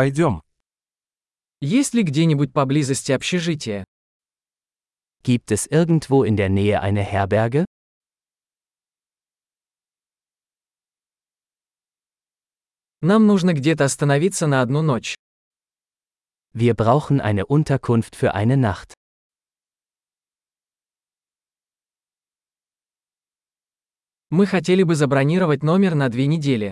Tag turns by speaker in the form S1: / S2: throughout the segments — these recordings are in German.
S1: Пойдем.
S2: Есть ли где-нибудь поблизости общежитие?
S3: Gibt es irgendwo in der Nähe eine Herberge?
S2: Нам нужно где-то остановиться на одну ночь.
S3: Wir brauchen eine Unterkunft für eine Nacht.
S2: Мы хотели бы забронировать номер на две недели.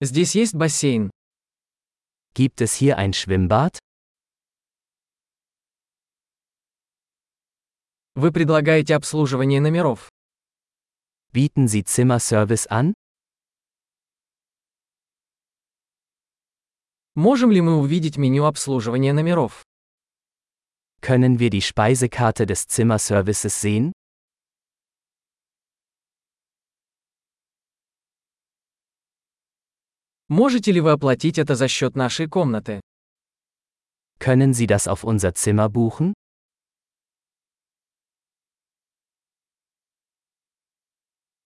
S2: Здесь есть бассейн.
S3: Gibt es hier ein Schwimmbad?
S2: Вы предлагаете обслуживание номеров.
S3: Bieten Sie Zimmerservice an?
S2: Можем ли мы увидеть меню обслуживания номеров?
S3: Können wir die Speisekarte des Zimmerservices sehen?
S2: Можете ли вы оплатить это за счет нашей комнаты?
S3: Können Sie das auf unser Zimmer buchen?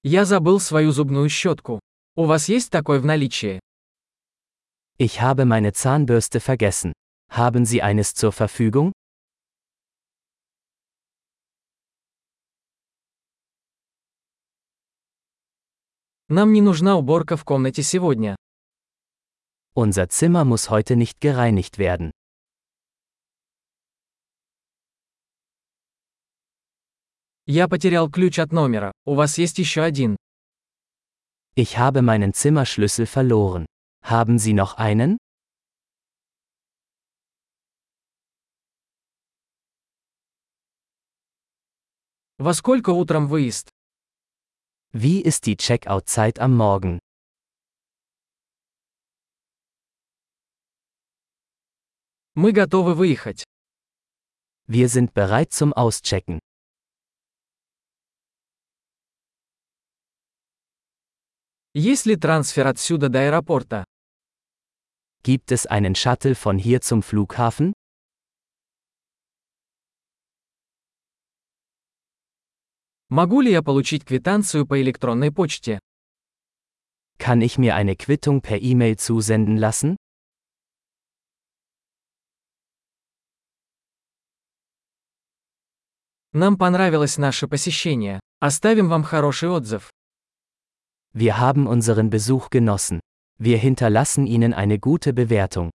S2: Я забыл свою зубную щетку. У вас есть такой в наличии?
S3: Ich habe meine Zahnbürste vergessen. Haben Sie eines zur Verfügung?
S2: Нам не нужна уборка в комнате сегодня.
S3: Unser Zimmer muss heute nicht gereinigt werden.
S2: Я потерял ключ от номера. У вас есть еще один.
S3: Ich habe meinen Zimmerschlüssel verloren. Haben Sie noch einen?
S2: Во сколько утром выезд?
S3: Wie ist die Checkout-Zeit am Morgen?
S2: Мы готовы выехать.
S3: Wir sind bereit zum Auschecken.
S2: Есть ли трансфер отсюда до аэропорта?
S3: Gibt es einen Shuttle von hier zum Flughafen?
S2: Могу ли я получить квитанцию по электронной почте?
S3: Kann ich mir eine Quittung per E-Mail zusenden lassen?
S2: Нам понравилось наше посещение. Оставим вам хороший отзыв.
S3: Wir haben unseren Besuch genossen. Wir hinterlassen Ihnen eine gute Bewertung.